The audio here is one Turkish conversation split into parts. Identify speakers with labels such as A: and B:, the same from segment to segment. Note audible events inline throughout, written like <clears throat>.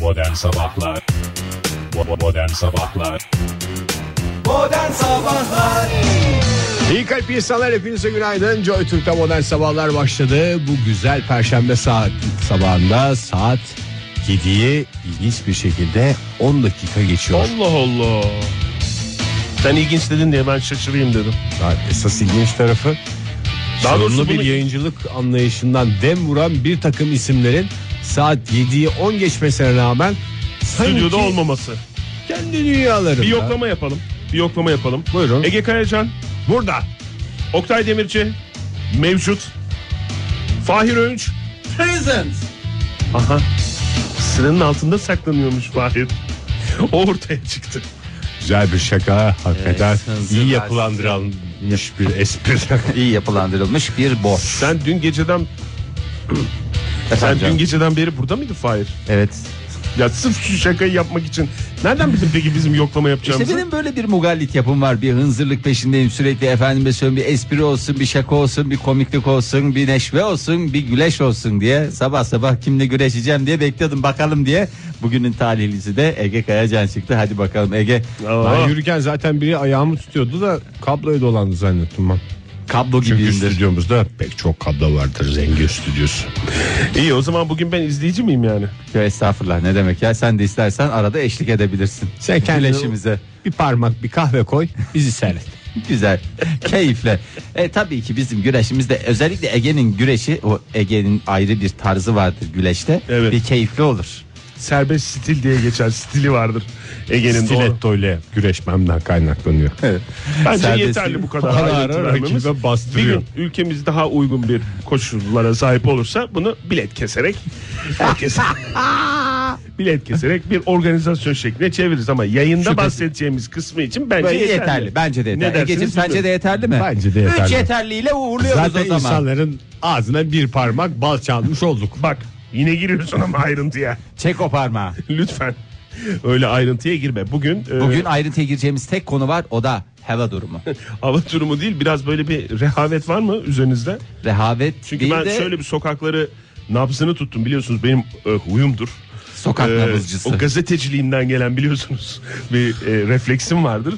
A: Modern Sabahlar Bo- Modern Sabahlar
B: İyi kalp insanlar hepinize günaydın. Joy Türk'te modern sabahlar başladı. Bu güzel perşembe saat sabahında saat 7'yi ilginç bir şekilde 10 dakika geçiyor.
C: Allah Allah. Sen ilginç dedin diye ben şaşırayım dedim.
B: Daha Esas ilginç tarafı
C: Daha
B: daha
C: doğrusu
B: bir
C: bunu-
B: yayıncılık anlayışından dem vuran bir takım isimlerin saat 7'yi 10 geçmesine rağmen sanki
C: Stüdyoda olmaması.
B: kendi dünyalarında.
C: Bir yoklama yapalım. Bir yoklama yapalım.
B: Buyurun.
C: Ege Kayacan,
B: Burada.
C: Oktay Demirci, mevcut. Fahir Öğünç. Present. Aha. Sıranın altında saklanıyormuş Fahir. <laughs> O ortaya çıktı.
B: Güzel bir şaka. Hakikaten
D: Evet,
B: iyi yapılandırılmış bir espri.
D: İyi yapılandırılmış bir borç.
C: Sen dün geceden <clears throat> sen
D: Efendim
C: dün
D: canım.
C: geceden beri burada mıydın Fahir?
D: Evet.
C: Ya sırf şu şakayı yapmak için. Nereden bildin peki bizim yoklama
D: İşte
C: yapacağımızı?
D: benim böyle bir mugallit yapım var. Bir hınzırlık peşindeyim sürekli efendime söyleyeyim bir espri olsun, bir şaka olsun, bir komiklik olsun, bir neşve olsun, bir güleş olsun diye sabah sabah kimle güreşeceğim diye bekledim bakalım diye. Bugünün talihlisi de Ege Kayacan çıktı. Hadi bakalım Ege.
C: Aa.
B: Ben yürürken zaten biri ayağımı tutuyordu da kabloya dolandı zannettim ben.
D: Kablo
B: Çünkü
D: gibiyimdir.
B: stüdyomuzda pek çok kablo vardır zengin stüdyosu.
C: İyi o zaman bugün ben izleyici miyim yani?
D: Ya estağfurullah ne demek ya sen de istersen arada eşlik edebilirsin.
B: Sen kendine-
D: Güleşimize.
B: Bir parmak bir kahve koy bizi seyret.
D: <laughs> Güzel, keyifle. E, tabii ki bizim güreşimizde özellikle Ege'nin güreşi, o Ege'nin ayrı bir tarzı vardır güreşte.
C: Evet.
D: Bir keyifli olur.
C: serbest stil diye geçer stili vardır Ege'nin doğru.
B: Stiletto ile güreşmemden kaynaklanıyor.
C: Bence
D: Serbest
C: yeterli
D: stil.
C: bu kadar
B: Ara
C: ayrıntı
B: ara
C: vermemiz.
B: rakibe
C: Bir
B: bastırıyor.
C: gün ülkemiz daha uygun bir koşullara sahip olursa bunu bilet keserek
D: <laughs>
C: herkes bilet keserek bir organizasyon şekline çeviririz ama yayında bahsedeceğimiz kısmı için bence
D: Böyle
C: yeterli.
D: yeterli. Bence de
C: Ne
D: yeterli.
C: dersiniz
D: Ege'cim sence de
C: bilmiyorum.
D: yeterli mi?
B: Bence de yeterli.
D: Üç yeterliyle uğurluyoruz
B: Zaten
D: o zaman.
B: insanların ağzına bir parmak bal çalmış olduk.
C: Bak yine giriyorsun ama ayrıntıya. <laughs>
D: Çek o parmağı.
C: Lütfen öyle ayrıntıya girme. Bugün, e,
D: Bugün ayrıntıya gireceğimiz tek konu var o da hava durumu.
C: hava durumu değil biraz böyle bir rehavet var mı üzerinizde?
D: Rehavet
C: Çünkü
D: değil
C: ben
D: de
C: şöyle bir sokakları nabzını tuttum biliyorsunuz benim e, huyumdur.
D: Sokak
C: E,
D: nabızcısı.
C: O gazeteciliğimden gelen biliyorsunuz <laughs> bir e, refleksim vardır.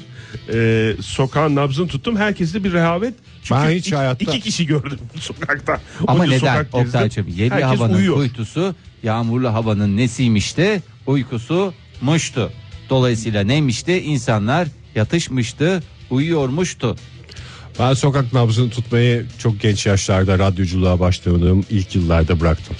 C: E, sokağın nabzını tuttum. Herkeste bir rehavet. Çünkü
B: Ben hiç
C: iki,
B: hayatta-
C: iki kişi gördüm <laughs> sokakta.
D: ama
C: Onca
D: neden
C: sokak gezdim.
D: Oktay'cığım? Yeni
C: Herkes
D: havanın
C: uyuyor.
D: uykusu yağmurlu havanın nesiymişti? Uykusu muştu. Dolayısıyla neymişti? İnsanlar yatışmıştı, uyuyormuştu.
B: Ben sokak nabzını tutmayı çok genç yaşlarda radyoculuğa başladığım ilk yıllarda bıraktım.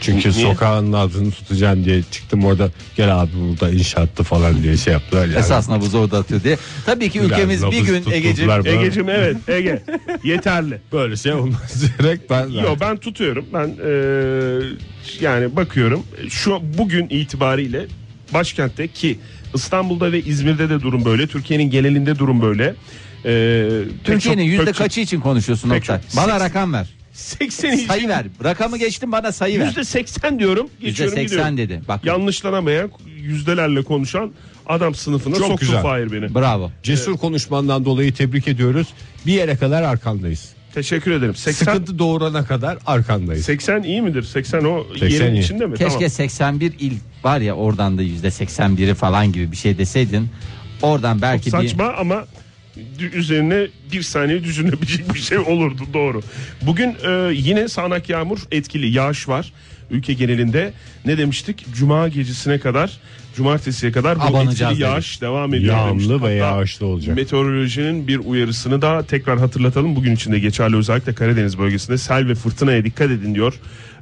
B: Çünkü
C: Niye?
B: sokağın nabzını tutacağım diye çıktım orada gel abi burada inşaattı falan diye şey yaptılar. Yani.
D: Esas nabızı orada atıyor diye. Tabii ki ülkemiz
B: nabız
D: bir gün
B: tuttular
D: Ege'cim
B: bana.
C: Ege'cim evet
D: <laughs>
C: Ege yeterli.
B: Böyle şey olmaz <laughs> diyerek ben
C: Yo ben tutuyorum. Ben e, yani bakıyorum. Şu bugün itibariyle başkentte ki İstanbul'da ve İzmir'de de durum böyle. Türkiye'nin genelinde durum böyle. E, pek
D: Türkiye'nin
C: çok-
D: yüzde
C: pek çok-
D: kaçı için konuşuyorsun
C: Pek
D: Oktay?
C: çok.
D: Bana
C: Seks-
D: rakam ver.
C: 80 için-
D: Sayı ver. Rakamı geçtim bana sayı ver.
C: Yüzde 80 diyorum.
D: Yüzde
C: Geçiyorum
D: seksen
C: gidiyorum.
D: dedi. Bak
C: Yanlışlanamayan yüzdelerle konuşan adam sınıfına
B: Çok
C: soktu
B: güzel.
C: Fahir beni.
D: bravo.
B: Cesur konuşmandan dolayı tebrik ediyoruz. Bir yere kadar arkandayız.
C: Teşekkür ederim. 80,
B: Sıkıntı doğurana kadar arkandayız.
C: 80 iyi midir? 80 o
B: 80
C: yerin
B: iyi.
C: içinde mi?
D: Keşke
C: Tamam.
D: 81 il var ya oradan da yüzde 81'i falan gibi bir şey deseydin. Oradan belki bir
C: Saçma ama dü- üzerine bir saniye düşünebilecek bir şey olurdu doğru. Bugün e, yine sağanak yağmur etkili yağış var ülke genelinde. Ne demiştik? Cuma gecesine kadar cumartesiye kadar bu
D: Abanacağız
C: etkili
D: dedik.
C: yağış devam ediyor.
B: Yağmurlu
C: demiştik.
B: ve
C: Hatta
B: yağışlı olacak.
C: Meteorolojinin bir uyarısını da tekrar hatırlatalım. Bugün içinde geçerli özellikle Karadeniz bölgesinde sel ve fırtınaya dikkat edin diyor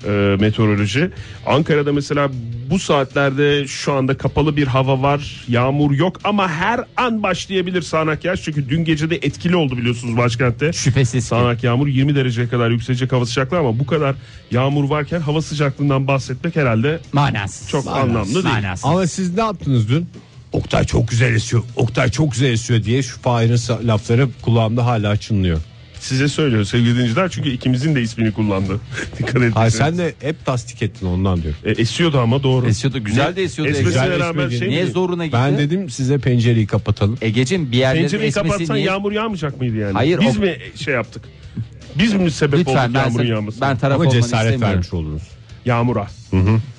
C: e, meteoroloji. Ankara'da mesela bu saatlerde şu anda kapalı bir hava var. Yağmur yok ama her an başlayabilir sağanak yağış. Çünkü dün gece de etkili oldu biliyorsunuz başkentte.
D: şüphesiz ki.
C: Sağanak yağmur 20 dereceye kadar yükselecek hava sıcaklığı ama bu kadar yağmur varken hava sıcaklığından bahsetmek herhalde
D: manasız.
C: Çok
D: Manasız,
C: anlamlı değil.
D: Manasız.
B: Ama siz ne yaptınız dün? Oktay çok güzel esiyor. Oktay çok güzel esiyor diye şu Fahir'in sa- lafları kulağımda hala çınlıyor.
C: size söylüyor sevgili dinleyiciler çünkü ikimizin de ismini kullandı. <laughs> Dikkat edin.
B: Hayır sen de hep tasdik ettin ondan diyor.
C: E, esiyordu ama doğru.
D: Esiyordu, güzel de esiyordu.
C: Esmesine
B: Güzel
C: rağmen
B: esmedi.
C: şey
D: Niye
C: Niye
D: zoruna gitti?
B: Ben dedim size pencereyi kapatalım.
D: Egecim bir yerlerin
C: Pencereyi
D: esmesi
C: kapatsan
D: niye?
C: yağmur yağmayacak mıydı yani?
D: Hayır,
C: Biz
D: o-
C: mi şey yaptık? Biz mi sebep
D: Lütfen
C: olduk
D: ben,
C: yağmurun
D: sen-
C: yağmasına?
D: ben taraf
B: Ama
D: olmanı
B: cesaret
D: istemiyorum.
B: vermiş oluruz.
C: Yağmura.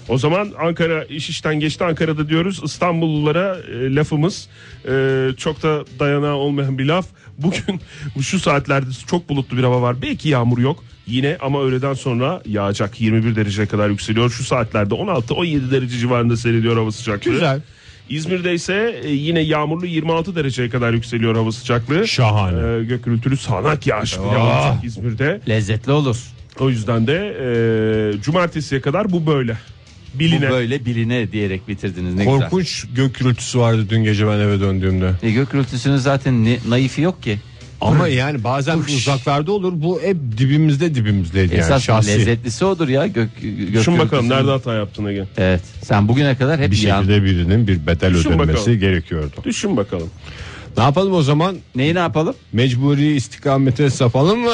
C: O zaman Ankara iş işten geçti Ankara'da diyoruz. İstanbullulara e, lafımız e, çok da dayanağı olmayan bir laf. Bugün <laughs> şu saatlerde çok bulutlu bir hava var. Belki yağmur yok yine ama öğleden sonra yağacak. 21 dereceye kadar yükseliyor. Şu saatlerde 16-17 derece civarında seyrediyor hava sıcaklığı.
B: Güzel.
C: İzmir'de ise e, yine yağmurlu 26 dereceye kadar yükseliyor hava sıcaklığı.
B: Şahane.
C: E, gök gürültülü sağanak yağış
D: Ah.
C: yağacak İzmir'de.
D: Lezzetli olur.
C: O yüzden de e, cumartesiye kadar bu böyle.
D: Bu
C: Biline.
D: böyle biline diyerek bitirdiniz ne güzel.
B: Korkunç gök gürültüsü vardı dün gece ben eve döndüğümde.
D: E, gök gürültüsünün zaten ne- naifi yok ki.
B: Ama yani bazen uzaklarda olur. Bu hep dibimizde dibimizdeydi yani
D: Esas
B: şahsi.
D: lezzetlisi odur ya gök, gök
C: Şun bakalım
D: gürültüsünün.
C: nerede hata yaptın Ege?
D: Evet. Sen bugüne kadar hep
B: Bir
D: yan-
B: şekilde birinin bir bedel
C: Düşün
B: ödenmesi
C: bakalım.
B: gerekiyordu.
C: Düşün bakalım.
B: Ne yapalım o zaman?
D: Neyi ne yapalım?
B: Mecburi istikamete sapalım mı?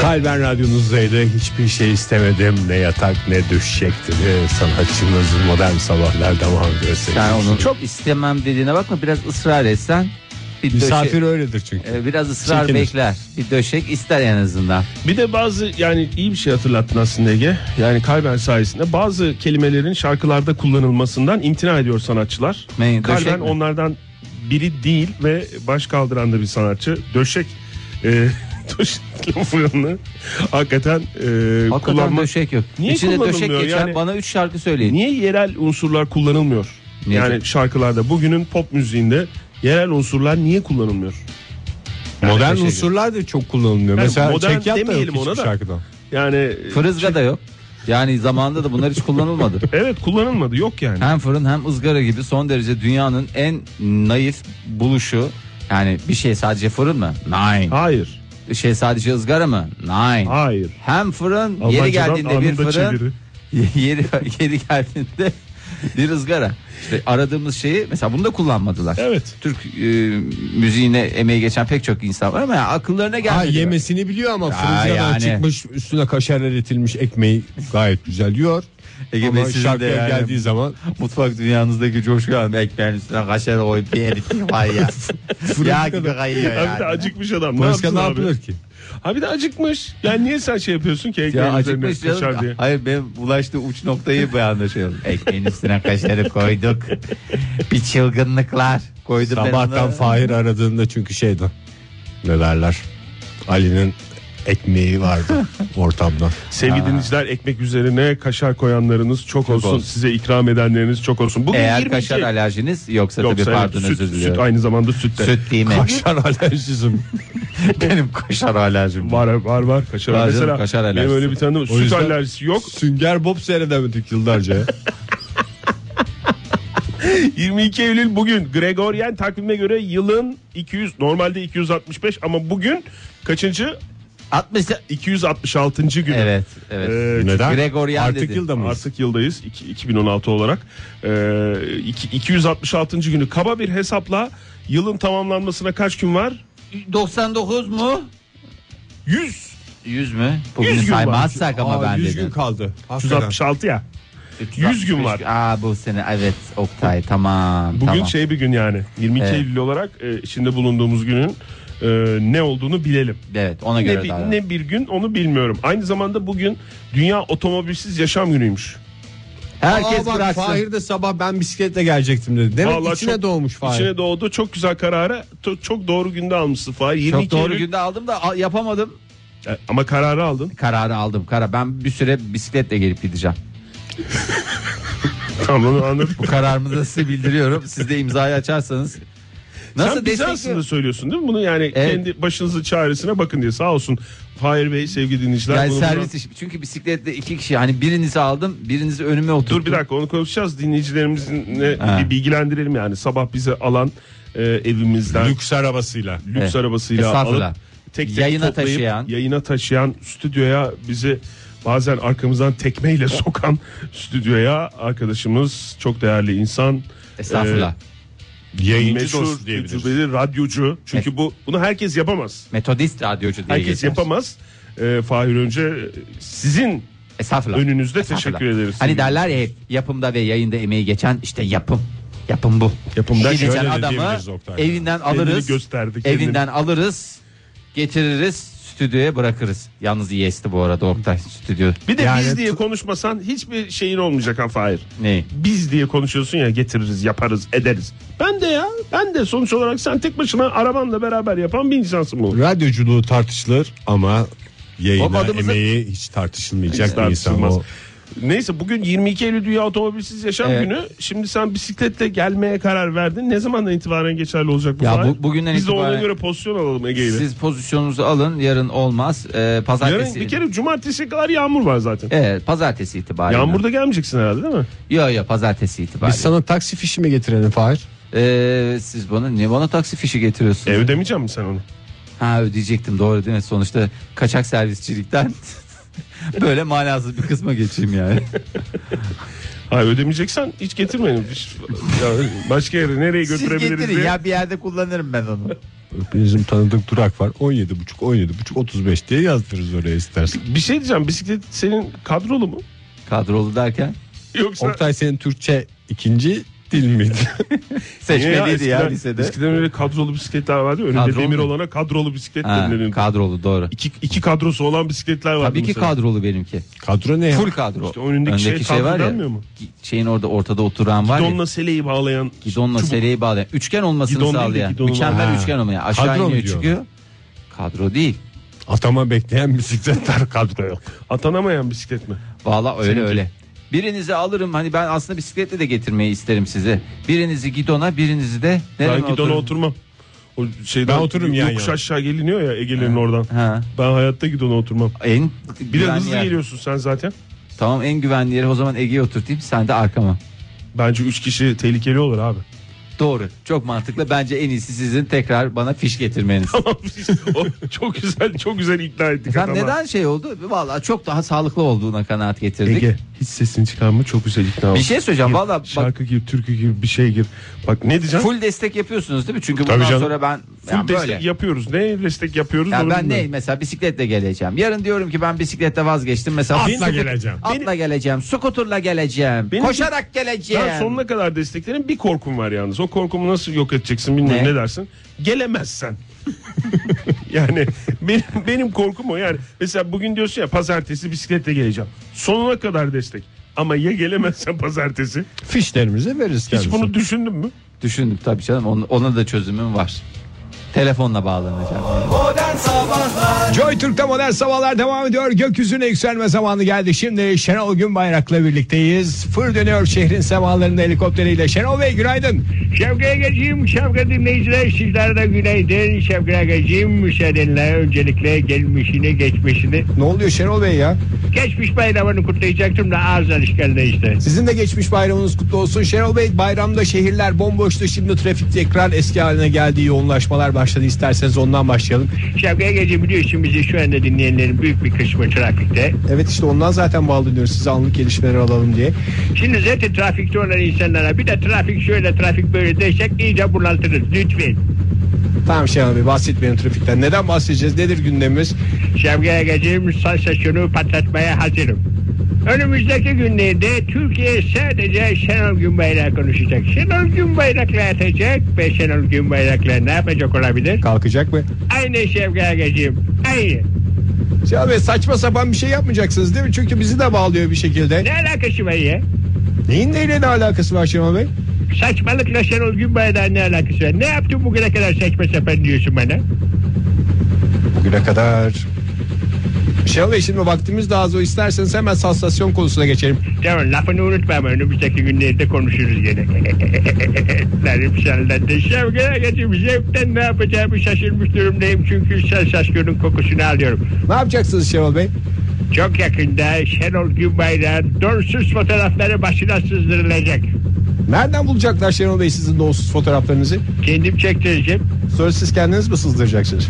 B: Kalben radyonuzdaydı. Hiçbir şey istemedim. Ne yatak ne düşecekti. Sanatçımız modern sabahlar devam ediyor.
D: Yani onu çok istemem dediğine bakma biraz ısrar etsen. Bir döşe-
B: Misafir öyledir çünkü.
D: e, biraz ısrar
B: Çekinir.
D: bekler. Bir döşek ister en azından.
C: Bir de bazı yani iyi bir şey hatırlattın aslında Ege. Yani kalben sayesinde bazı kelimelerin şarkılarda kullanılmasından imtina ediyor sanatçılar.
D: Ne, döşek
C: kalben
D: mi?
C: onlardan biri değil ve baş kaldıran da bir sanatçı. Döşek e, <laughs> döşek lafını hakikaten, e,
D: Hakikaten
C: kullanmak-
D: döşek yok.
C: Niye
D: İçinde döşek
C: kullanılmıyor
D: geçen
C: yani?
D: bana 3 şarkı söyleyin.
C: Niye yerel unsurlar kullanılmıyor?
D: Niye?
C: Yani şarkılarda bugünün pop müziğinde yerel unsurlar niye kullanılmıyor?
B: Modern
D: teşekkür.
B: unsurlar da çok kullanılmıyor.
C: Yani
B: Mesela
C: modern
B: çekyat da yok
C: demeyelim
B: hiçbir
C: ona da.
B: şarkıdan.
C: Yani
D: Fırızga da yok. Yani zamanında da bunlar
C: <laughs>
D: hiç kullanılmadı.
C: evet kullanılmadı yok yani.
D: Hem fırın hem ızgara gibi son derece dünyanın en naif buluşu. Yani bir şey sadece fırın mı? Nein.
C: Hayır.
D: Bir şey sadece ızgara mı? Nein.
C: Hayır.
D: Hem fırın
C: Almancadan
D: yeri geldiğinde bir
C: anında çeviri.
D: fırın <laughs> yeri, yeri geldiğinde bir ızgara. İşte aradığımız şeyi mesela bunu da kullanmadılar.
C: Evet.
D: Türk e, müziğine emeği geçen pek çok insan var ama yani akıllarına
B: Ha,
D: gelmedi.
B: yemesini biliyor ama fırıncadan
D: yani.
B: çıkmış üstüne kaşar eritilmiş ekmeği gayet güzel yiyor.
D: Ege Bey
B: ama
D: sizin de
B: şarkıya
D: yani-
B: geldiği zaman
D: <laughs> Mutfak dünyanızdaki coşku hanım ekmeğin üstüne kaşar koyup bir
C: <laughs>
D: erik var ya. Yağ gibi kayıyor
C: Abi bir de
D: yani.
C: acıkmış adam. Ne
B: başka
C: yapsın
B: ne
C: abi?
B: yapılır ki?
C: Ha bir de acıkmış. Yani niye sen şey yapıyorsun ki ekmeğin
D: Ya
C: üzerine
D: acıkmış canım.
C: kaşar diye.
D: Hayır benim ulaştığı uç noktayı bir anda şey oldu. Ekmeğin üstüne kaşarı koyduk. Bir çılgınlıklar koydum ben
B: Sabahtan
D: onu.
B: Fahir aradığında çünkü şeyden ne derler Ali'nin ekmeği vardı ortamda.
C: Sevgili dinleyiciler ekmek üzerine kaşar koyanlarınız çok olsun.
D: olsun.
C: Size ikram edenleriniz çok olsun. Bugün
D: Eğer
C: 22
D: kaşar alerjiniz
C: Yoksa
D: yoksa, tabii
C: evet,
D: pardon
C: süt,
D: özür
C: süt
D: diliyorum.
C: aynı zamanda süt de.
D: Süt, değil mi?
C: <laughs>
B: Kaşar alerjizm.
D: Benim kaşar alerjim.
C: Var var var kaşar.
D: Var canım,
C: Mesela
D: kaşar
C: benim
D: alerjisi.
C: öyle bir tanıdığım süt
B: yüzden-
C: alerjisi
D: <laughs>
C: yok.
B: Sünger Bob seyredemedik yıllarca.
C: 22 Eylül bugün Gregorian takvime göre yılın 200 normalde 265 ama bugün kaçıncı?
D: 60
C: 266. günü.
D: Evet, evet.
C: Ee,
B: Neden?
D: Gregorian
B: Artık
D: dedi.
B: yılda mıyız?
C: Artık yıldayız İki- 2016 olarak. Ee, iki- 266. günü kaba bir hesapla yılın tamamlanmasına kaç gün var?
D: 99 mu?
C: 100.
D: 100 mü? Bugünü
C: 100 gün var.
D: saymazsak ama
B: Aa,
D: ben
B: 100
D: dedim.
B: gün kaldı. Hakikaten.
C: 166 ya. 100 gün var.
D: Aa bu sene evet Oktay tamam
C: Bugün
D: tamam.
C: şey bir gün yani 22
D: Evet.
C: Eylül olarak e, içinde bulunduğumuz günün e, ne olduğunu bilelim.
D: Evet ona
C: Ne,
D: göre
C: bi-
D: davran.
C: ne bir gün onu bilmiyorum. Aynı zamanda bugün Dünya Otomobilsiz Yaşam Günüymüş.
D: Herkes
B: Aa, bak,
D: bıraksın.
B: Fahir de sabah ben bisikletle gelecektim dedi. Demek
C: Vallahi
B: içine
C: çok-
B: doğmuş Fahir.
C: İçine doğdu. Çok güzel kararı. to- çok doğru günde almışsın Fahir. 22
D: Çok doğru
C: Eylül-
D: günde aldım da a- yapamadım.
C: E, Ama kararı aldın. <laughs>
D: Kararı aldım. Kara ben bir süre bisikletle gelip gideceğim.
C: tamam onu anladık.
D: Bu kararımızı size bildiriyorum. Siz de imzayı açarsanız. <laughs> Nasıl
C: Sen bize aslında
D: destekliyorsunuz?
C: söylüyorsun değil mi? Bunu yani
D: Evet.
C: kendi başınızın çaresine bakın diye. Sağ olsun Fahir Bey sevgili dinleyiciler.
D: Yani
C: bunu
D: servis işi. Çünkü bisikletle iki kişi hani birinizi aldım, birinizi önüme oturttum.
C: Dur bir dakika onu konuşacağız. Dinleyicilerimizin ne-
D: Ha.
C: bir bilgilendirelim yani. Sabah bize alan e, evimizden lüks,
B: Lüks arabasıyla.
D: Evet.
C: arabasıyla
D: Estağfurullah.
C: alıp tek tek
D: Yayına
C: toplayıp,
D: taşıyan.
C: yayına taşıyan stüdyoya bizi bazen arkamızdan tekmeyle <laughs> sokan stüdyoya arkadaşımız çok değerli insan. e,
D: Estağfurullah.
C: Ee,
B: Yayıncı
C: Meşhur
B: dostu diyebiliriz.
C: tecrübeli radyocu. Çünkü bu bunu herkes yapamaz.
D: Metodist radyocu diye
C: Herkes
D: geçer.
C: yapamaz. E, Fahir önce sizin
D: Estağfurullah.
C: Önünüzde
D: Estağfurullah.
C: teşekkür ederiz.
D: Hani derler ya hep yapımda ve yayında emeği geçen işte yapım. Yapım bu.
C: Yapımda
D: İşi geçen
B: şöyle de
D: adamı
B: diyebiliriz Oktay.
D: evinden alırız.
C: gösterdi, kendini.
D: evinden alırız. Getiririz stüdyoya bırakırız. Yalnız yesti bu arada Oktay stüdyo.
C: Bir de
B: Yani
C: biz diye
B: t-
C: konuşmasan hiçbir şeyin olmayacak ha Fahir.
D: Ne?
C: Biz diye konuşuyorsun ya getiririz, yaparız, ederiz. Ben de ya, ben de sonuç olarak sen tek başına arabanla beraber yapan bir insansın bu.
B: Radyoculuğu tartışılır ama yayına
C: Bak adımızı-
B: emeği hiç tartışılmayacak bir insan
C: Tartışılmaz.
B: o.
C: Neyse bugün 22 Eylül Dünya Otomobilsiz Yaşam
D: Evet.
C: Günü. Şimdi sen bisikletle gelmeye karar verdin. Ne zamandan itibaren geçerli olacak bu?
D: Ya
C: Fahir?
D: bu- bugünden
C: Biz de ona
D: itibaren-
C: göre pozisyon alalım Ege ile.
D: Siz pozisyonunuzu alın yarın olmaz. Ee,
C: Yarın
D: pazartesi.
C: bir kere cumartesi kadar yağmur var zaten.
D: Evet pazartesi itibariyle.
C: Yağmurda gelmeyeceksin herhalde değil mi?
D: Yok yok pazartesi
B: Biz
D: itibariyle.
B: sana taksi fişi mi getirelim Fahir?
D: Ee, siz bana niye bana taksi fişi getiriyorsunuz?
C: E ödemeyecek misin sen onu?
D: Ha ödeyecektim doğru değil mi? Sonuçta kaçak servisçilikten <laughs> böyle manasız bir kısma geçeyim yani.
C: Hayır ödemeyeceksen hiç getirmeyin. Hiç- ya başka yere nereye
D: Siz
C: götürebiliriz
D: getirin
C: diye.
D: ya bir yerde kullanırım ben onu.
B: Bizim tanıdık durak var. 17.5 17.5 35 diye yazdırırız oraya istersen.
C: Bir şey diyeceğim bisiklet senin kadrolu mu?
D: Kadrolu derken
C: Yoksa
B: Oktay senin Türkçe ikinci dil miydi?
C: <laughs> Niye
D: seçmeliydi ya,
C: eskiden-
D: lisede.
C: Eskiden öyle kadrolu bisikletler vardı. ya, Önünde
D: Kadrolu
C: demir
D: mu?
C: olana kadrolu bisiklet
D: Ha,
C: denilirdi.
D: kadrolu doğru.
C: İki, iki kadrosu olan bisikletler vardı.
D: Tabii ki
C: mesela.
D: kadrolu benimki.
B: Kadro ne ya?
D: Full kadro.
C: İşte önündeki şey kadro denmiyor mu?
D: gi- Şeyin orada ortada oturan var ya.
C: Gidonla seleyi bağlayan.
D: Gidonla
C: çubuk.
D: seriyi bağlayan. Üçgen olmasını
C: Gidon değil de
D: sağlayan.
C: gidonu-
D: Mükemmel
B: Ha.
D: üçgen olmayan. Aşağı
B: Kadro mu
D: iniyor
B: diyor?
D: çıkıyor. Kadro değil.
B: Atama bekleyen bisikletler kadro yok.
C: Atanamayan bisiklet mi?
D: Valla öyle
C: Seninki.
D: öyle. Birinizi alırım hani ben aslında bisikletle de getirmeyi isterim size. Birinizi gidona birinizi de nereye
C: ben gidona
D: otururum?
C: oturmam. O şeyden
B: Ben otururum yan
C: yokuş
B: yana.
C: aşağı geliniyor ya Ege'lerin oradan.
D: Ha.
C: Ben hayatta gidona oturmam.
D: En
C: Bir de
D: güvenli
C: hızlı
D: yer.
C: geliyorsun sen zaten.
D: Tamam en güvenli yere o zaman Ege'yi oturtayım sen de arkama.
C: Bence 3 kişi tehlikeli olur
D: <laughs>
C: abi. <laughs>
D: Doğru çok mantıklı bence en iyisi sizin tekrar bana fiş getirmeniz.
C: O çok güzel çok güzel ikna ettik
D: Efendim
C: adama.
D: neden şey oldu? Valla çok daha sağlıklı olduğuna kanaat getirdik.
C: Ege hiç sesini çıkarma çok güzel ikna
D: Bir
C: olduk.
D: şey söyleyeceğim valla bak
C: Şarkı gir, türkü gir, bir şey gir. Bak ne diyeceğim?
D: full destek yapıyorsunuz değil mi? Çünkü
C: Tabii
D: bundan
C: canım.
D: sonra ben
C: Full
D: yani
C: destek
D: böyle.
C: yapıyoruz. Ne destek yapıyoruz?
D: Ya
C: onu
D: ben ne
C: bilmiyorum.
D: mesela bisikletle geleceğim. Yarın diyorum ki ben bisikletle vazgeçtim. Mesela
B: Atla
D: Scooter-
B: geleceğim.
D: Atla geleceğim. Skuterla geleceğim.
C: Benim-
D: koşarak geleceğim.
C: Ben sonuna kadar desteklerim. Bir korkum var yalnız. O korkumu nasıl yok edeceksin bilmiyorum ne,
D: Ne?
C: dersin? Gelemezsen. <laughs> yani benim, benim korkum o. Yani mesela bugün diyorsun ya pazartesi bisikletle geleceğim. Sonuna kadar destek. Ama ya gelemezsen <laughs> pazartesi?
B: Fişlerimizi veririz
C: Hiç
B: kendisine.
C: bunu düşündün mü?
D: Düşündüm tabii canım. Ona, ona da çözümüm var. Telefonla bağlanacağım.
B: Joy Türk'te modern sabahlar devam ediyor. Gökyüzüne yükselme zamanı geldi. Şimdi Şenol Günbayrak'la birlikteyiz. Fır dönüyor şehrin semalarında helikopteriyle. Şenol Bey günaydın.
E: Şevket Agacığım, Şevket dinleyiciler sizlere de günaydın. Şevket Agacığım müsaadenle öncelikle gelmişini geçmişini.
B: Ne oluyor Şenol Bey ya?
E: Geçmiş bayramını kutlayacaktım da ağızdan iş geldi işte.
B: Sizin de geçmiş bayramınız kutlu olsun. Şenol Bey bayramda şehirler bomboştu. Şimdi trafik tekrar eski haline geldi. Yoğunlaşmalar başladı. İsterseniz ondan başlayalım.
E: Şevket Agacığım biliyorsun bizi şu anda dinleyenlerin büyük bir kısmı trafikte.
B: Evet işte ondan zaten bağlanıyoruz. Size anlık gelişmeleri alalım diye.
E: Şimdi zaten trafikte olan insanlara bir de trafik şöyle trafik böyle dersek iyice bunaltırız lütfen.
B: Tamam Şenol Bey bahsetmeyin trafikten. Neden bahsedeceğiz? Nedir gündemimiz?
E: Şevket Agacığım sansasyonu patlatmaya hazırım. Önümüzdeki günlerde Türkiye sadece Şenol Günbayrak konuşacak. Şenol Günbayrak'la atacak ve Şenol Günbayrak'la ne yapacak olabilir?
B: Kalkacak mı?
E: Aynı Şevket Agacığım, aynı.
B: Şenol Bey saçma sapan bir şey yapmayacaksınız değil mi? Çünkü bizi de bağlıyor bir şekilde.
E: Ne alakası var ya?
B: Neyin neyle ne alakası var Şenol Bey?
E: Saçmalıkla Şenol Günbayrak'ın ne alakası var? Ne yaptın bugüne kadar saçma sapan diyorsun bana?
B: Bugüne kadar. Şenol Bey şimdi vaktimiz daha az o isterseniz hemen sansasyon konusuna geçelim.
E: Tamam lafını unutma ama önümüzdeki günlerde konuşuruz gene. <laughs> Lanet sallandı. Şevket Agacığım zevkten ne yapacağımı şaşırmış durumdayım. Çünkü sensasyonun kokusunu alıyorum.
B: Ne yapacaksınız Şenol Bey?
E: Çok yakında Şenol Günbayrak'ın donsuz fotoğrafları başına sızdırılacak.
B: Nereden bulacaklar Şenol Bey sizin donsuz fotoğraflarınızı?
E: Kendim çektireceğim.
B: Sonra siz kendiniz mi sızdıracaksınız?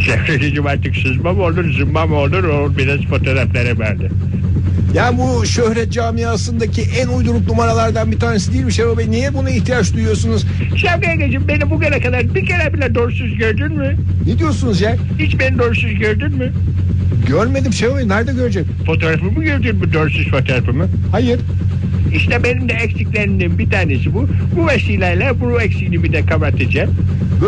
E: Şevket'cim artık sızmam olur, zımmam olur. O biraz fotoğrafları vardı.
B: Yani bu şöhret camiasındaki en uyduruk numaralardan bir tanesi değil mi Şenol Bey? Niye buna ihtiyaç duyuyorsunuz?
E: Şevket Agacığım beni bugüne kadar bir kere bile donsuz gördün mü?
B: Ne diyorsunuz ya?
E: Hiç beni donsuz gördün mü?
B: Görmedim Şenol Bey. Nerede görecek?
E: Fotoğrafımı gördün mü donsuz fotoğrafımı?
B: Hayır.
E: İşte benim de eksiklerimden bir tanesi bu. Bu vesileyle bu eksiğimi de kapatacağım.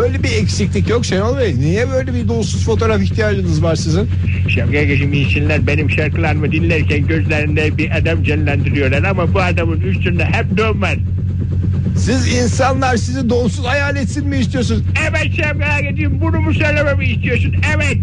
B: Böyle bir eksiklik yok Şenol Bey. Niye böyle bir donsuz fotoğraf ihtiyacınız var sizin?
E: Şevkekeciğim insanlar benim şarkılarımı dinlerken gözlerinde bir adam canlandırıyorlar ama bu adamın üstünde hep don var.
B: Siz insanlar sizi donsuz hayal etsin mi istiyorsunuz?
E: Evet Şevkekeciğim bunu mu söylememi istiyorsun? Evet.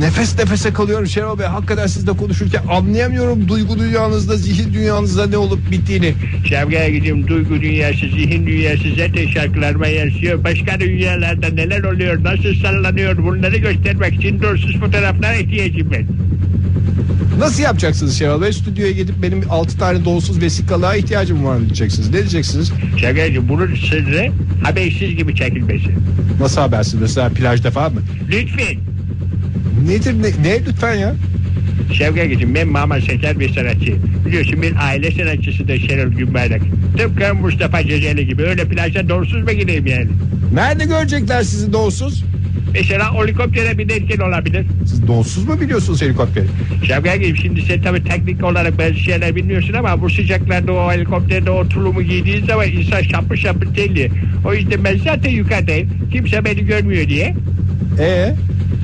B: Nefes nefese kalıyorum Şenol Bey. Hakikaten sizle konuşurken anlayamıyorum duygu dünyanızda, zihin dünyanızda ne olup bittiğini.
E: Şevkekeciğim duygu dünyası, zihin dünyası zaten şarkılarıma yansıyor. Başka dünyalarda neler oluyor, nasıl sallanıyor bunları göstermek için donsuz fotoğraflara ihtiyacım var.
B: Nasıl yapacaksınız Şenol Bey? Stüdyoya gidip benim 6 tane donsuz vesikalığa ihtiyacım var diyeceksiniz. Ne diyeceksiniz?
E: Şevkekeciğim bunun sırrı habersiz gibi çekilmesi.
B: Nasıl habersiz mesela plajda falan mı?
E: Lütfen.
B: Nedir ne, ne lütfen ya?
E: Şevkek'ciğim ben Mama Şeker bir sanatçı. Biliyorsun bir aile sanatçısı da Şenol Gümbayrak. Tıpkı Mustafa Ceceli gibi öyle plajda donsuz mu gideyim yani?
B: Nerede görecekler sizi donsuz?
E: Mesela helikoptere binerken olabilir.
B: Siz donsuz mu biliyorsunuz helikopteri?
E: Şevkek'ciğim şimdi sen tabii teknik olarak bazı şeyler bilmiyorsun ama bu sıcaklarda o helikopterde o tulumu giydiğin zaman insan şapır şapır terliyor. O yüzden ben zaten yukarıdayım. Kimse beni görmüyor diye.
B: Ee,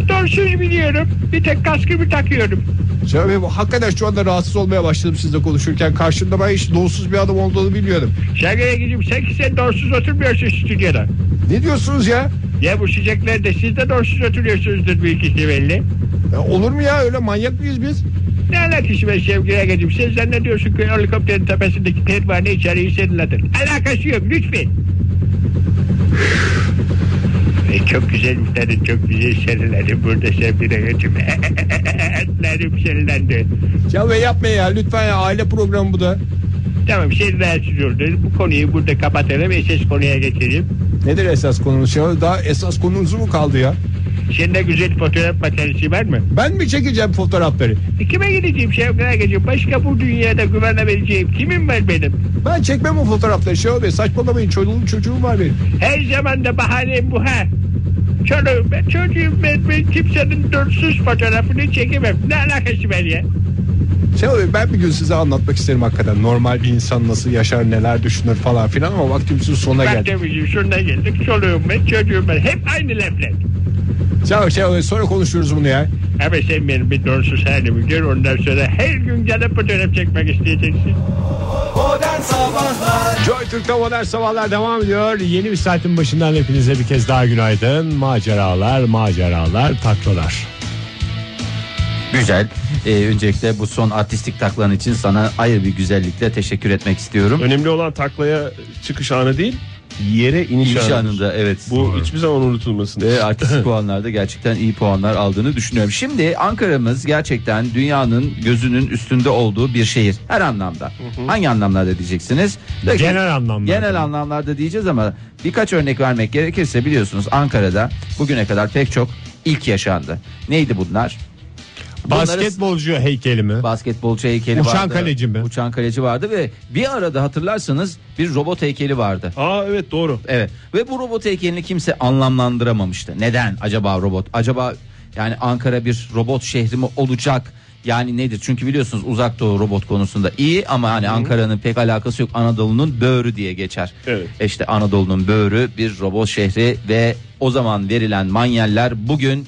E: Donsuz biliyorum. Bir tek kaskımı takıyorum.
B: Şenol Bey bu- hakikaten şu anda rahatsız olmaya başladım sizle konuşurken. Karşımda ben hiç donsuz bir adam olduğunu bilmiyordum.
E: Şevkek'ciğim sen ki sen donsuz oturmuyorsun stüdyoda.
B: Ne diyorsunuz ya?
E: Ya bu sıcaklarda siz de donsuz oturuyorsunuzdur büyük ihtimalle.
B: Ya E, olur mu ya öyle manyak mıyız biz?
E: Ne alakası var Şevki Agacım? Sen zannediyorsun ki helikopterin tepesindeki pervane içeriği senin adın. Alakası yok lütfen. e, çok güzel muhtarım, çok güzel serilerim burada sevgili Agacım. <laughs> Etlerim serilendi.
B: Ya Bey yapmayın ya lütfen ya aile programı bu da.
E: Tamam seni rahatsız oldun. Bu konuyu burada kapatalım. Esas konuya geçelim.
B: Nedir esas konumuz Şenol? Daha esas konumuzu mu kaldı ya?
E: Senin de güzel fotoğraf makinesi var mı? E,
B: Ben mi çekeceğim fotoğrafları?
E: Kime gideceğim Şevki Agacım? Başka bu dünyada güvenebileceğim kimim var benim?
B: Ben çekmem o fotoğrafları Şenol Bey. Saçmalamayın çoluğum çocuğum var benim.
E: Her zaman da bahanem bu ha. Çoluğum ben çocuğum ben, ben kimsenin dönsüz fotoğrafını çekemem. Ne alakası var ya?
B: Şenol Bey Şey ben bir gün size anlatmak isterim hakikaten. Normal bir insan nasıl yaşar neler düşünür falan filan ama vaktimizin sonuna
E: Bak
B: geldi.
E: demişim şuna geldik. Çoluğum ben çocuğum ben. Hep aynı laflar.
B: Şenol, Şenol Bey şey sonra konuşuruz bunu ya.
E: Ama sen benim bir dönsüz halimi gör. Ondan sonra her gün gelip fotoğraf çekmek isteyeceksin.
B: Joy Türk'te modern sabahlar devam ediyor. Yeni bir saatin başından hepinize bir kez daha günaydın. Maceralar, maceralar, taklalar.
D: Güzel. Ee, öncelikle bu son artistik taklan için sana ayrı bir güzellikle teşekkür etmek istiyorum.
C: Önemli olan taklaya çıkış anı değil, yere iniş,
D: İniş
C: anı.
D: anında evet.
C: Bu hiçbir zaman unutulmasın.
D: Ve artistik puanlarda gerçekten iyi puanlar aldığını düşünüyorum. Şimdi Ankara'mız gerçekten dünyanın gözünün üstünde olduğu bir şehir. Her anlamda. Hangi anlamlarda diyeceksiniz? Peki,
B: Genel anlamlarda.
D: Genel anlamlarda diyeceğiz ama birkaç örnek vermek gerekirse biliyorsunuz Ankara'da bugüne kadar pek çok ilk yaşandı. Neydi bunlar? Bunları-
B: Basketbolcu heykeli mi?
D: basketbolcu heykeli
B: Uçan
D: vardı.
B: kaleci mi?
D: Uçan kaleci vardı ve bir arada hatırlarsanız bir robot heykeli vardı.
C: Aa evet doğru.
D: Evet ve bu robot heykelini kimse anlamlandıramamıştı. Neden acaba robot? Acaba yani Ankara bir robot şehri mi olacak? Yani nedir? Çünkü biliyorsunuz uzak doğu robot konusunda iyi ama hani Ankara'nın pek alakası yok. Anadolu'nun böğrü diye geçer.
C: Evet.
D: E İşte Anadolu'nun böğrü bir robot şehri ve o zaman verilen manyeller bugün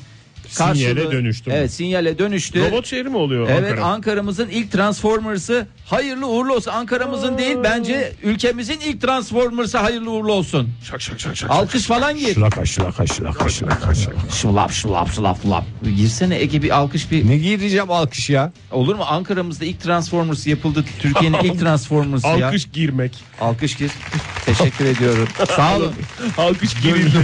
B: Sinyale
D: karşılığı-
B: dönüştü.
D: Evet sinyale dönüştü.
C: Robot şehri mi oluyor
D: Ee, Evet
C: Ankara?
D: Ankara'mızın ilk Transformers'ı hayırlı uğurlu olsun. Ankara'mızın değil bence ülkemizin ilk Transformers'ı hayırlı uğurlu olsun.
C: şak şak şak şak.
D: Alkış falan gir.
B: Şulaka şulaka şulaka şulaka şulaka.
D: Şulap şulap şulap şulap. Girsene Ege bir alkış bir.
B: Ne gireceğim alkış ya?
D: Olur mu? Ankara'mızda ilk Transformers yapıldı.
C: <laughs>
D: Türkiye'nin ilk Transformers'ı ya.
C: Alkış
D: <laughs>
C: girmek.
D: Alkış gir. Teşekkür ediyorum.
C: <laughs>
D: Sağ olun.
C: Alkış girildi.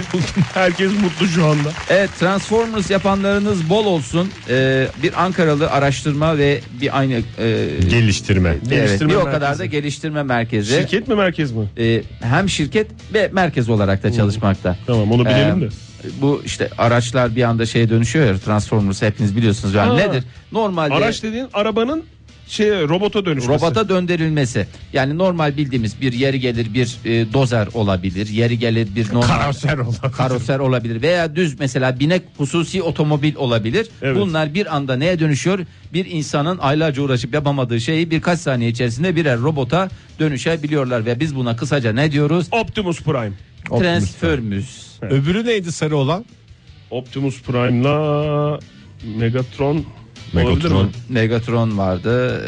C: Herkes mutlu şu anda.
D: Evet Transformers yapanlarınız bol olsun. Ee, bir Ankaralı araştırma ve bir aynı... E,
B: Geliştirme.
D: Evet, bir
C: geliştirme
D: o kadar
C: merkezi.
D: da geliştirme merkezi.
C: Şirket mi merkez mi?
D: Ee, hem şirket ve merkez olarak da çalışmakta.
C: Tamam onu bilelim
D: Ee,
C: de.
D: Bu işte araçlar bir anda şeye dönüşüyor ya Transformers hepiniz biliyorsunuz yani
C: Ha.
D: nedir? Normalde
C: Araç dediğin arabanın şey robota dönüşmesi.
D: Robota döndürülmesi. Yani normal bildiğimiz bir yeri gelir bir e, dozer olabilir. Yeri gelir bir normal
C: Karoser olabilir.
D: <laughs> karoser olabilir veya düz mesela binek hususi otomobil olabilir.
C: Evet.
D: Bunlar bir anda neye dönüşüyor? Bir insanın aylarca uğraşıp yapamadığı şeyi birkaç saniye içerisinde birer robota dönüşebiliyorlar ve biz buna kısaca ne diyoruz?
C: Optimus Prime.
D: Transformers.
B: Öbürü neydi sarı olan?
C: Optimus Prime'la Megatron, olabilir mi?
D: Megatron vardı.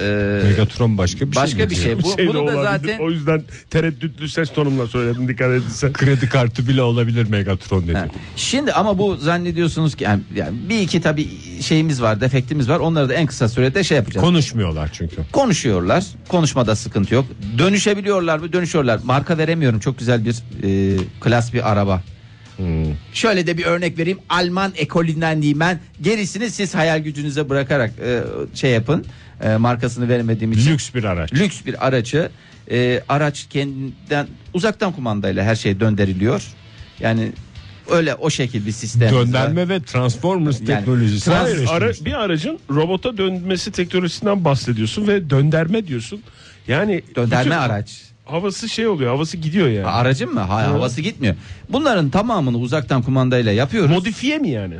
D: Ee,
B: Megatron başka bir şey.
D: başka bir şey. Bu,
C: Şey de
D: bunu da
C: olabilir.
D: zaten
C: O yüzden tereddütlü ses tonumla söyledim dikkat edilse.
B: Kredi kartı bile olabilir Megatron dedi.
D: Ha. Şimdi ama bu zannediyorsunuz ki yani, yani bir iki tabi şeyimiz var, defektimiz var. Onları da en kısa sürede şey yapacağız.
B: Konuşmuyorlar çünkü.
D: Konuşuyorlar. Konuşmada sıkıntı yok. Dönüşebiliyorlar mı? Dönüşüyorlar. Marka veremiyorum. Çok güzel bir e, klas bir araba.
B: Hmm.
D: Şöyle de bir örnek vereyim. Alman ekolünden diyeyim ben. Gerisini siz hayal gücünüze bırakarak e, şey yapın. E, markasını veremediğim için.
B: Lüks bir araç.
D: Lüks bir aracı. e, araç kendinden uzaktan kumandayla her şey döndürülüyor. Yani öyle o şekil bir sistem.
B: Gönderme ve Transformers teknolojisi.
D: trans-
B: Hayır,
C: Ara,
B: işte.
C: bir aracın robota dönmesi teknolojisinden bahsediyorsun ve dönderme diyorsun. Yani
D: Dönderme
C: bütün
D: araç.
C: Havası şey oluyor, havası gidiyor yani.
D: Aracın mı? Hayır, havası gitmiyor. Bunların tamamını uzaktan kumandayla yapıyoruz.
C: Modifiye mi yani?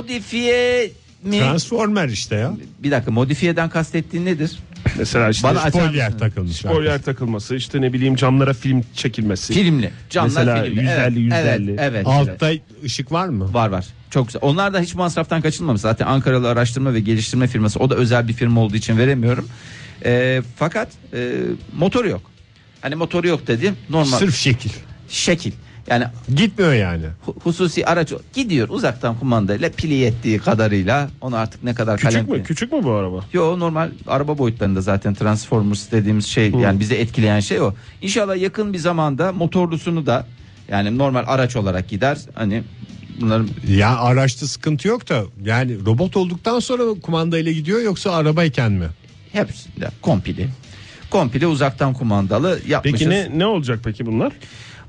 D: modifiye mi?
B: Transformer işte ya.
D: bir dakika modifiyeden kastettiğin nedir?
C: Mesela işte
D: Bana açar
B: Spoiler
D: mısın?
B: takılmış.
C: spoiler takılması, işte ne bileyim camlara film çekilmesi.
D: Filmli. Canlı
C: Şey, Mesela
D: filmli.
C: %50,
D: evet,
C: %50.
D: Evet, evet.
B: Altta ışık var mı?
D: Var var. Çok güzel. Onlar da hiç masraftan kaçınmamış. Zaten Ankaralı araştırma ve geliştirme firması. O da özel bir firma olduğu için veremiyorum. Ee, fakat e, motoru yok. Hani motoru yok dedim. Normal
B: Sırf şekil.
D: şekil. Yani
B: Gitmiyor yani.
D: hu- hususi araç o- gidiyor uzaktan kumandayla pili yettiği kadarıyla onu artık ne kadar
C: Küçük
D: kalem-
C: mü? Küçük mü bu araba?
D: Yo normal araba boyutlarında zaten Transformers dediğimiz şey yani bizi etkileyen şey o. İnşallah yakın bir zamanda motorlusunu da yani normal araç olarak gider. Hani bunların
B: Ya araçta sıkıntı yok da yani robot olduktan sonra mı kumandayla gidiyor yoksa arabayken mi?
D: hepsinde kompili. Kompili uzaktan kumandalı yapmışız.
C: Peki ne ne olacak peki bunlar?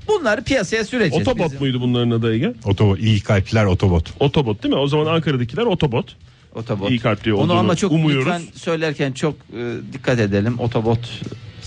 D: Bunları piyasaya süreceğiz.
C: Otobot
D: Bizim-
C: muydu bunların adı Ege?
B: Otobot iyi kalpler otobot.
C: Otobot değil mi? O zaman Ankara'dakiler otobot.
D: Otobot.
C: İyi kalpli
D: Onu
C: olduğunu
D: ama çok
C: umuyoruz.
D: lütfen söylerken çok e, dikkat edelim. Otobot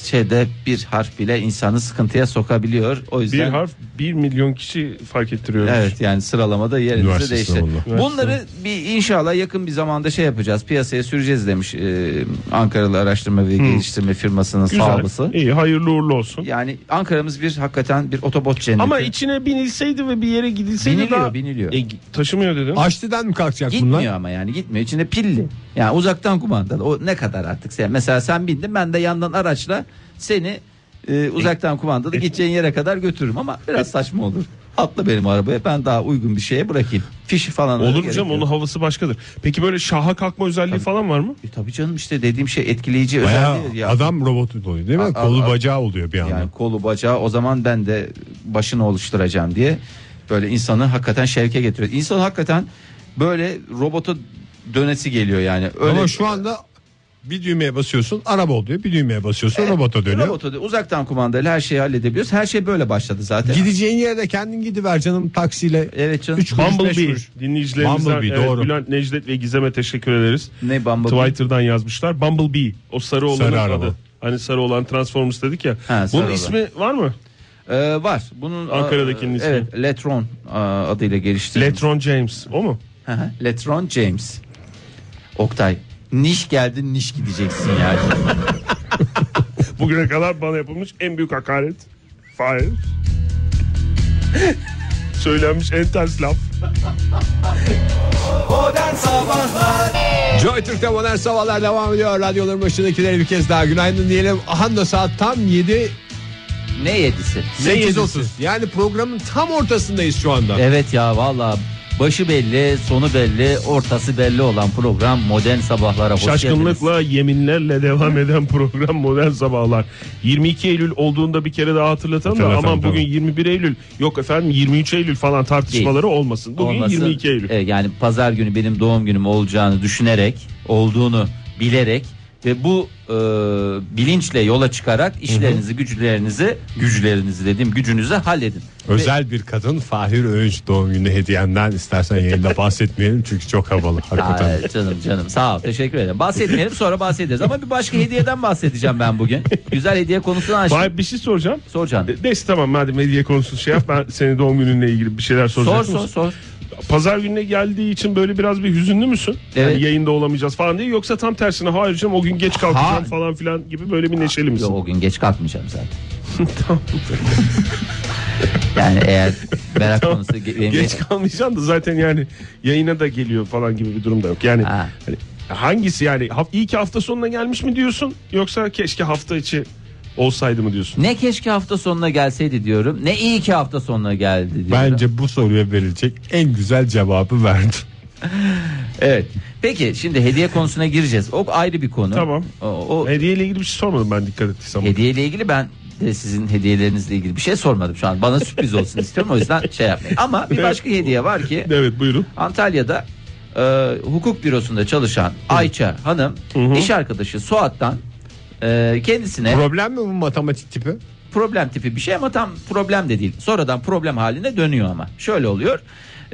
D: şeyde bir harf bile insanı sıkıntıya sokabiliyor. O
C: Bir
D: yüzden
C: harf 1 milyon kişi fark ettiriyormuş.
D: Evet yani sıralamada yerinizi
B: Üniversite
D: değişti.
B: sınavında.
D: Bunları bir inşallah yakın bir zamanda şey yapacağız. Piyasaya süreceğiz demiş e, Ankaralı Araştırma ve Geliştirme firmasının
C: Güzel. E,
D: sahibi.
C: İyi hayırlı uğurlu olsun.
D: Yani Ankara'mız bir hakikaten bir otobot cenneti.
C: Ama içine binilseydi ve bir yere gidilseydi
D: biniliyor,
C: daha...
D: biniliyor.
C: E, taşımıyor dedim.
B: Açtıdan mı kalkacak
D: Gitmiyor
B: bunlar?
D: ama yani gitmiyor. İçinde pilli. Yani uzaktan kumandalı. O ne kadar artık sen. Mesela sen bindin ben de yandan araçla seni e, uzaktan kumandalı gideceğin yere kadar götürürüm ama biraz saçma olur. Atla benim arabaya ben daha uygun bir şeye bırakayım. Fişi falan
C: Olur mu
D: gerek
C: canım
D: yok.
C: onun havası başkadır. Peki böyle şaha kalkma özelliği falan var mı?
D: E tabii canım işte dediğim şey etkileyici
B: Bayağı
D: özelliği ya.
B: adam robot oluyor değil mi?
D: A- a-
B: Kolu
D: a-
B: bacağı oluyor bir anda.
D: yani kolu bacağı o zaman ben de başını oluşturacağım diye böyle insanı hakikaten şevke getiriyor. İnsan hakikaten böyle robota dönesi geliyor yani. Öyle
B: Ama şu anda bir düğmeye basıyorsun araba oluyor. Bir düğmeye basıyorsun
D: E,
B: robota dönüyor.
D: robota dö- uzaktan kumandayla her şeyi halledebiliyoruz. Her şey böyle başladı zaten.
B: Gideceğin yere de kendin gidiver canım taksiyle.
D: Evet canım.
B: Üç kuruş, beş
C: Bumblebee
B: kuruş.
C: dinleyicilerimizden
B: Bumblebee,
C: evet,
B: doğru.
C: Bülent Necdet ve Gizem'e teşekkür ederiz.
D: Ne Bumblebee?
C: Twitter'dan yazmışlar. Bumblebee o sarı olanın
B: Sarı araba.
C: adı. Hani sarı olan Transformers dedik ya.
D: Ha, sarı
C: Bunun
D: olan.
C: ismi var mı?
D: Ee, var. Bunun
C: Ankara'dakinin
D: e,
C: ismi.
D: Evet, Letron e, adıyla geliştirilmiş.
C: Letron James o mu?
D: Hı hı, Letron James. Oktay, niş geldin, niş gideceksin yani.
C: Bugüne kadar bana yapılmış en büyük hakaret. Fahir. <laughs> Söylenmiş en ters laf.
B: Joy Türk'te modern sabahlar devam ediyor. Radyoların başındakilere bir kez daha günaydın diyelim. Aha da saat tam 7
D: ne yedisi?
B: 8.30. Yani programın tam ortasındayız şu anda.
D: Evet ya valla başı belli, sonu belli, ortası belli olan program Modern Sabahlara hoş geldiniz.
C: Şaşkınlıkla yeminlerle devam eden program Modern Sabahlar. 22 Eylül olduğunda bir kere daha hatırlatalım da
B: Hatırlatalım,
C: aman bugün
B: tamam.
C: 21 Eylül yok efendim 23 Eylül falan tartışmaları olmasın. Bugün
D: Olması-
C: 22 Eylül.
D: Evet, yani pazar günü benim doğum günüm olacağını düşünerek, olduğunu bilerek ve bu e, bilinçle yola çıkarak işlerinizi, güçlerinizi, güçlerinizi dediğim gücünüzü halledin.
B: Özel bir kadın Fahir Öğünç doğum günü hediyenden istersen yayında bahsetmeyelim çünkü çok havalı hakikaten.
D: Ay, canım canım sağ ol teşekkür ederim. Bahsetmeyelim sonra bahsederiz ama bir başka hediyeden bahsedeceğim ben bugün. Güzel hediye konusunu açtım.
C: Vay bir şey soracağım.
D: Soracağım.
C: E, Neyse tamam madem hediye konusunu şey yap ben senin doğum gününle ilgili bir şeyler
D: Sor
C: soracaktım.
D: sor sor.
C: Pazar gününe geldiği için böyle biraz bir hüzünlü müsün?
D: Evet.
C: Yani yayında olamayacağız falan diye yoksa tam tersine hayır canım o gün geç kalkacağım
D: Ha.
C: falan filan gibi böyle bir neşeli
D: Yok
C: misin?
D: o gün geç kalkmayacağım
C: <laughs>
D: zaten. yani eğer merak konusu ge- benim-
C: Geç kalmayacaksın da zaten yani yayına da geliyor falan gibi bir durum da yok. Yani
D: Ha.
C: hani hangisi yani haf- iyi ki hafta sonuna gelmiş mi diyorsun yoksa keşke hafta içi olsaydı mı diyorsun?
D: Ne keşke hafta sonuna gelseydi diyorum. Ne iyi ki hafta sonuna geldi diyorum.
B: Bence bu soruya verilecek en güzel cevabı verdi.
D: Evet. Peki şimdi hediye konusuna gireceğiz. O ayrı bir konu.
C: Tamam.
D: O, o
C: Hediye ile ilgili bir şey sormadım ben dikkat ettiysem.
D: hediye ile ilgili ben de sizin hediyelerinizle ilgili bir şey sormadım şu an. Bana sürpriz olsun istiyorum o yüzden şey yapmayın. Ama bir başka hediye var ki
C: Evet buyurun.
D: Antalya'da e, hukuk bürosunda çalışan Ayça Hanım iş arkadaşı Suat'tan e, kendisine
B: Problem mi bu matematik tipi?
D: problem tipi bir şey ama tam problem de değil. Sonradan problem haline dönüyor ama. Şöyle oluyor.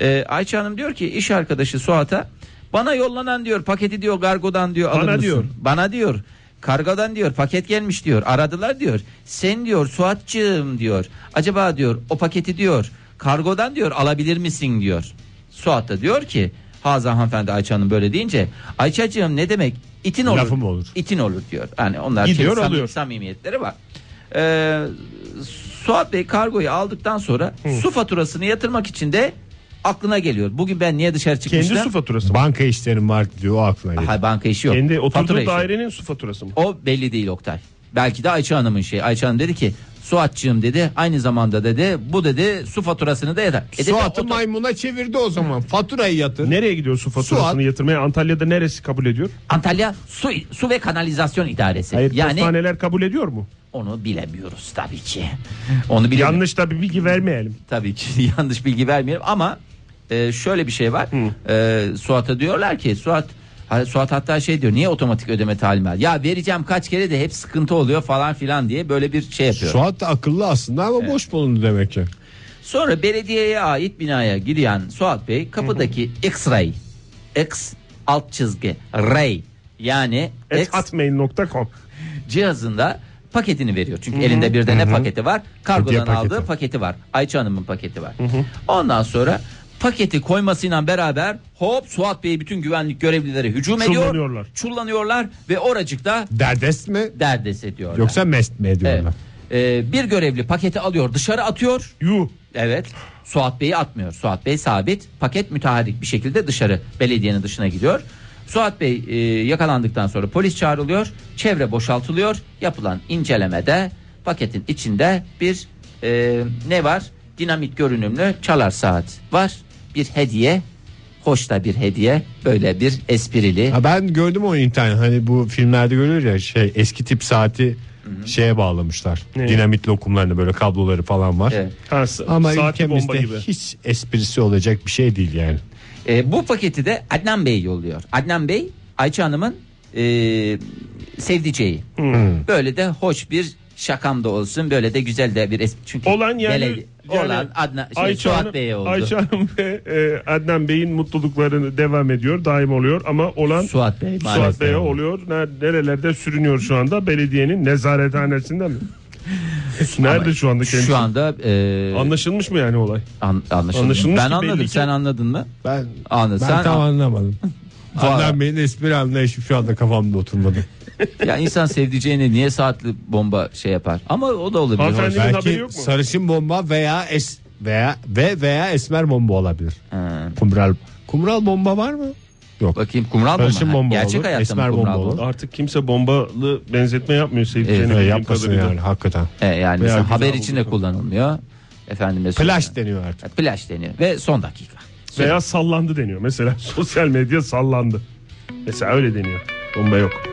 D: Ee, Ayça Hanım diyor ki iş arkadaşı Suat'a bana yollanan diyor paketi diyor Gargo'dan diyor alır
C: Bana
D: mısın?
C: diyor.
D: Bana diyor. Kargodan diyor paket gelmiş diyor. Aradılar diyor. Sen diyor Suat'cığım diyor. Acaba diyor o paketi diyor kargodan diyor alabilir misin diyor. Suat da diyor ki Hazan hanımefendi Ayça Hanım böyle deyince Ayça'cığım ne demek itin olur.
B: Lafım olur.
D: İtin olur diyor. Yani onlar
C: Gidiyor,
D: şey, samim-
C: alıyor.
D: samimiyetleri var. Ee, Suat Bey kargoyu aldıktan sonra su faturasını yatırmak için de aklına geliyor. Bugün ben niye dışarı
C: Kendi
D: çıkmıştım?
C: su faturası mı?
B: Banka işlerim var diyor o aklına geliyor.
D: Hayır, banka işi yok.
C: Kendi oturduğu
D: Fatura işi.
C: dairenin su faturası mı?
D: O belli değil Oktay. Belki de Ayça Hanım'ın şeyi. Ayça Hanım dedi ki Suatçığım dedi aynı zamanda dedi bu dedi su faturasını da yeter. E dedi,
B: Suat'ı
D: otur-
B: maymuna çevirdi o zaman. Faturayı yatır.
C: Nereye gidiyor su faturasını
B: Suat-
C: yatırmaya? Antalya'da neresi kabul ediyor?
D: Antalya su, su ve kanalizasyon idaresi.
C: Hayır
D: yani
C: postaneler kabul ediyor mu?
D: onu bilemiyoruz tabii ki. Onu bilemiyoruz.
C: Yanlış da bir bilgi vermeyelim.
D: tabii ki <laughs> yanlış bilgi vermeyelim ama e, şöyle bir şey var. E, Suat'a diyorlar ki Suat ha- Suat hatta şey diyor niye otomatik ödeme talimi var? Ya vereceğim kaç kere de hep sıkıntı oluyor falan filan diye böyle bir şey yapıyor.
B: Suat da akıllı aslında ama boş bulundu demek ki.
D: Sonra belediyeye ait binaya giren Suat Bey kapıdaki X-ray X alt çizgi ray yani X
C: Atmail.com
D: cihazında paketini veriyor. Çünkü elinde bir de ne paketi var? Kargodan
B: Hediye paketi.
D: aldığı paketi var. Ayça Hanım'ın paketi var. Ondan sonra paketi koymasıyla beraber hop Suat Bey bütün güvenlik görevlileri hücum ediyor.
C: Çullanıyorlar.
D: Çullanıyorlar ve oracıkta
B: Derdest mi
D: derdest ediyorlar.
B: yoksa mest mi
D: Evet.
B: ediyorlar?
D: Ee, bir görevli paketi alıyor dışarı atıyor.
C: Yuh.
D: Evet. Suat Bey'i atmıyor. Suat Bey sabit. Paket müteharrik bir şekilde dışarı belediyenin dışına gidiyor. Suat Bey e, yakalandıktan sonra polis çağrılıyor. Çevre boşaltılıyor. Yapılan incelemede paketin içinde bir e, ne var? Dinamit görünümlü çalar saat var. Bir hediye. Hoş da bir hediye. Böyle bir esprili.
B: Ha ben gördüm o internet hani bu filmlerde görülür ya şey eski tip saati şeye bağlamışlar.
C: Ne?
B: Dinamit lokumlarını böyle kabloları falan var.
D: Evet.
C: Ha, sa-
B: Ama
C: saati bomba
B: ülkemizde
C: gibi.
B: hiç esprisi olacak bir şey değil yani.
D: E, bu paketi de Adnan Bey yolluyor. Adnan Bey Ayça Hanım'ın e, sevdiceği.
C: Hmm.
D: Böyle de hoş bir şakam da olsun. Böyle de güzel de bir es- çünkü
C: Olan yani,
D: beledi-
C: yani
D: olan Adnan şey, Suat
C: Hanım-
D: Bey'e oldu.
C: Ayça Hanım ve e, Adnan Bey'in mutluluklarını devam ediyor, daim oluyor ama olan
D: Suat Bey maalesef.
C: Suat Bey'e oluyor. Ne- Nerelerde sürünüyor şu anda? Belediyenin nezarethanesinde mi? Nerede şu anda kendisi?
D: Şu anda e,
C: Anlaşılmış mı yani olay?
D: an- anlaşıldı.
C: anlaşılmış
D: ben
C: ki
D: anladım.
C: belli ki-
D: Sen anladın mı?
B: Ben
D: Anladım.
B: ben
D: Sen
B: tam
D: <laughs>
B: anlamadım. <laughs>
D: Vay.
B: Adnan Bey'in espri anlayışı şu anda
C: <laughs>
B: kafamda oturmadı.
D: ya insan sevdiceğine niye saatli bomba şey yapar? Ama o da olabilir.
C: Hanımefendi- Senin haberi
B: Belki
C: yok mu?
B: sarışın bomba veya es veya ve veya esmer bomba olabilir.
D: Ha.
B: Kumral kumral bomba var mı? Yok.
D: Bakayım kumral bomba.
B: Sarışın bomba
D: Gerçek
B: olur,
D: hayatta mı
B: esmer
D: kumral
B: bomba
D: bomba?
B: olur.
C: Artık kimse bombalı benzetme yapmıyor sevdiceğine.
D: Evet,
B: Ee,
C: bildiğim
B: yapmasın
C: kadarıyla.
B: yani hakikaten.
D: E, yani
C: Veya
D: mesela
C: güzel
D: haber
C: oldu.
D: içinde kullanılmıyor. Efendime
B: Flash deniyor artık.
D: Plaj deniyor ve son dakika.
C: <laughs> Veya sallandı deniyor. Mesela sosyal medya sallandı. Mesela öyle deniyor. Bomba yok.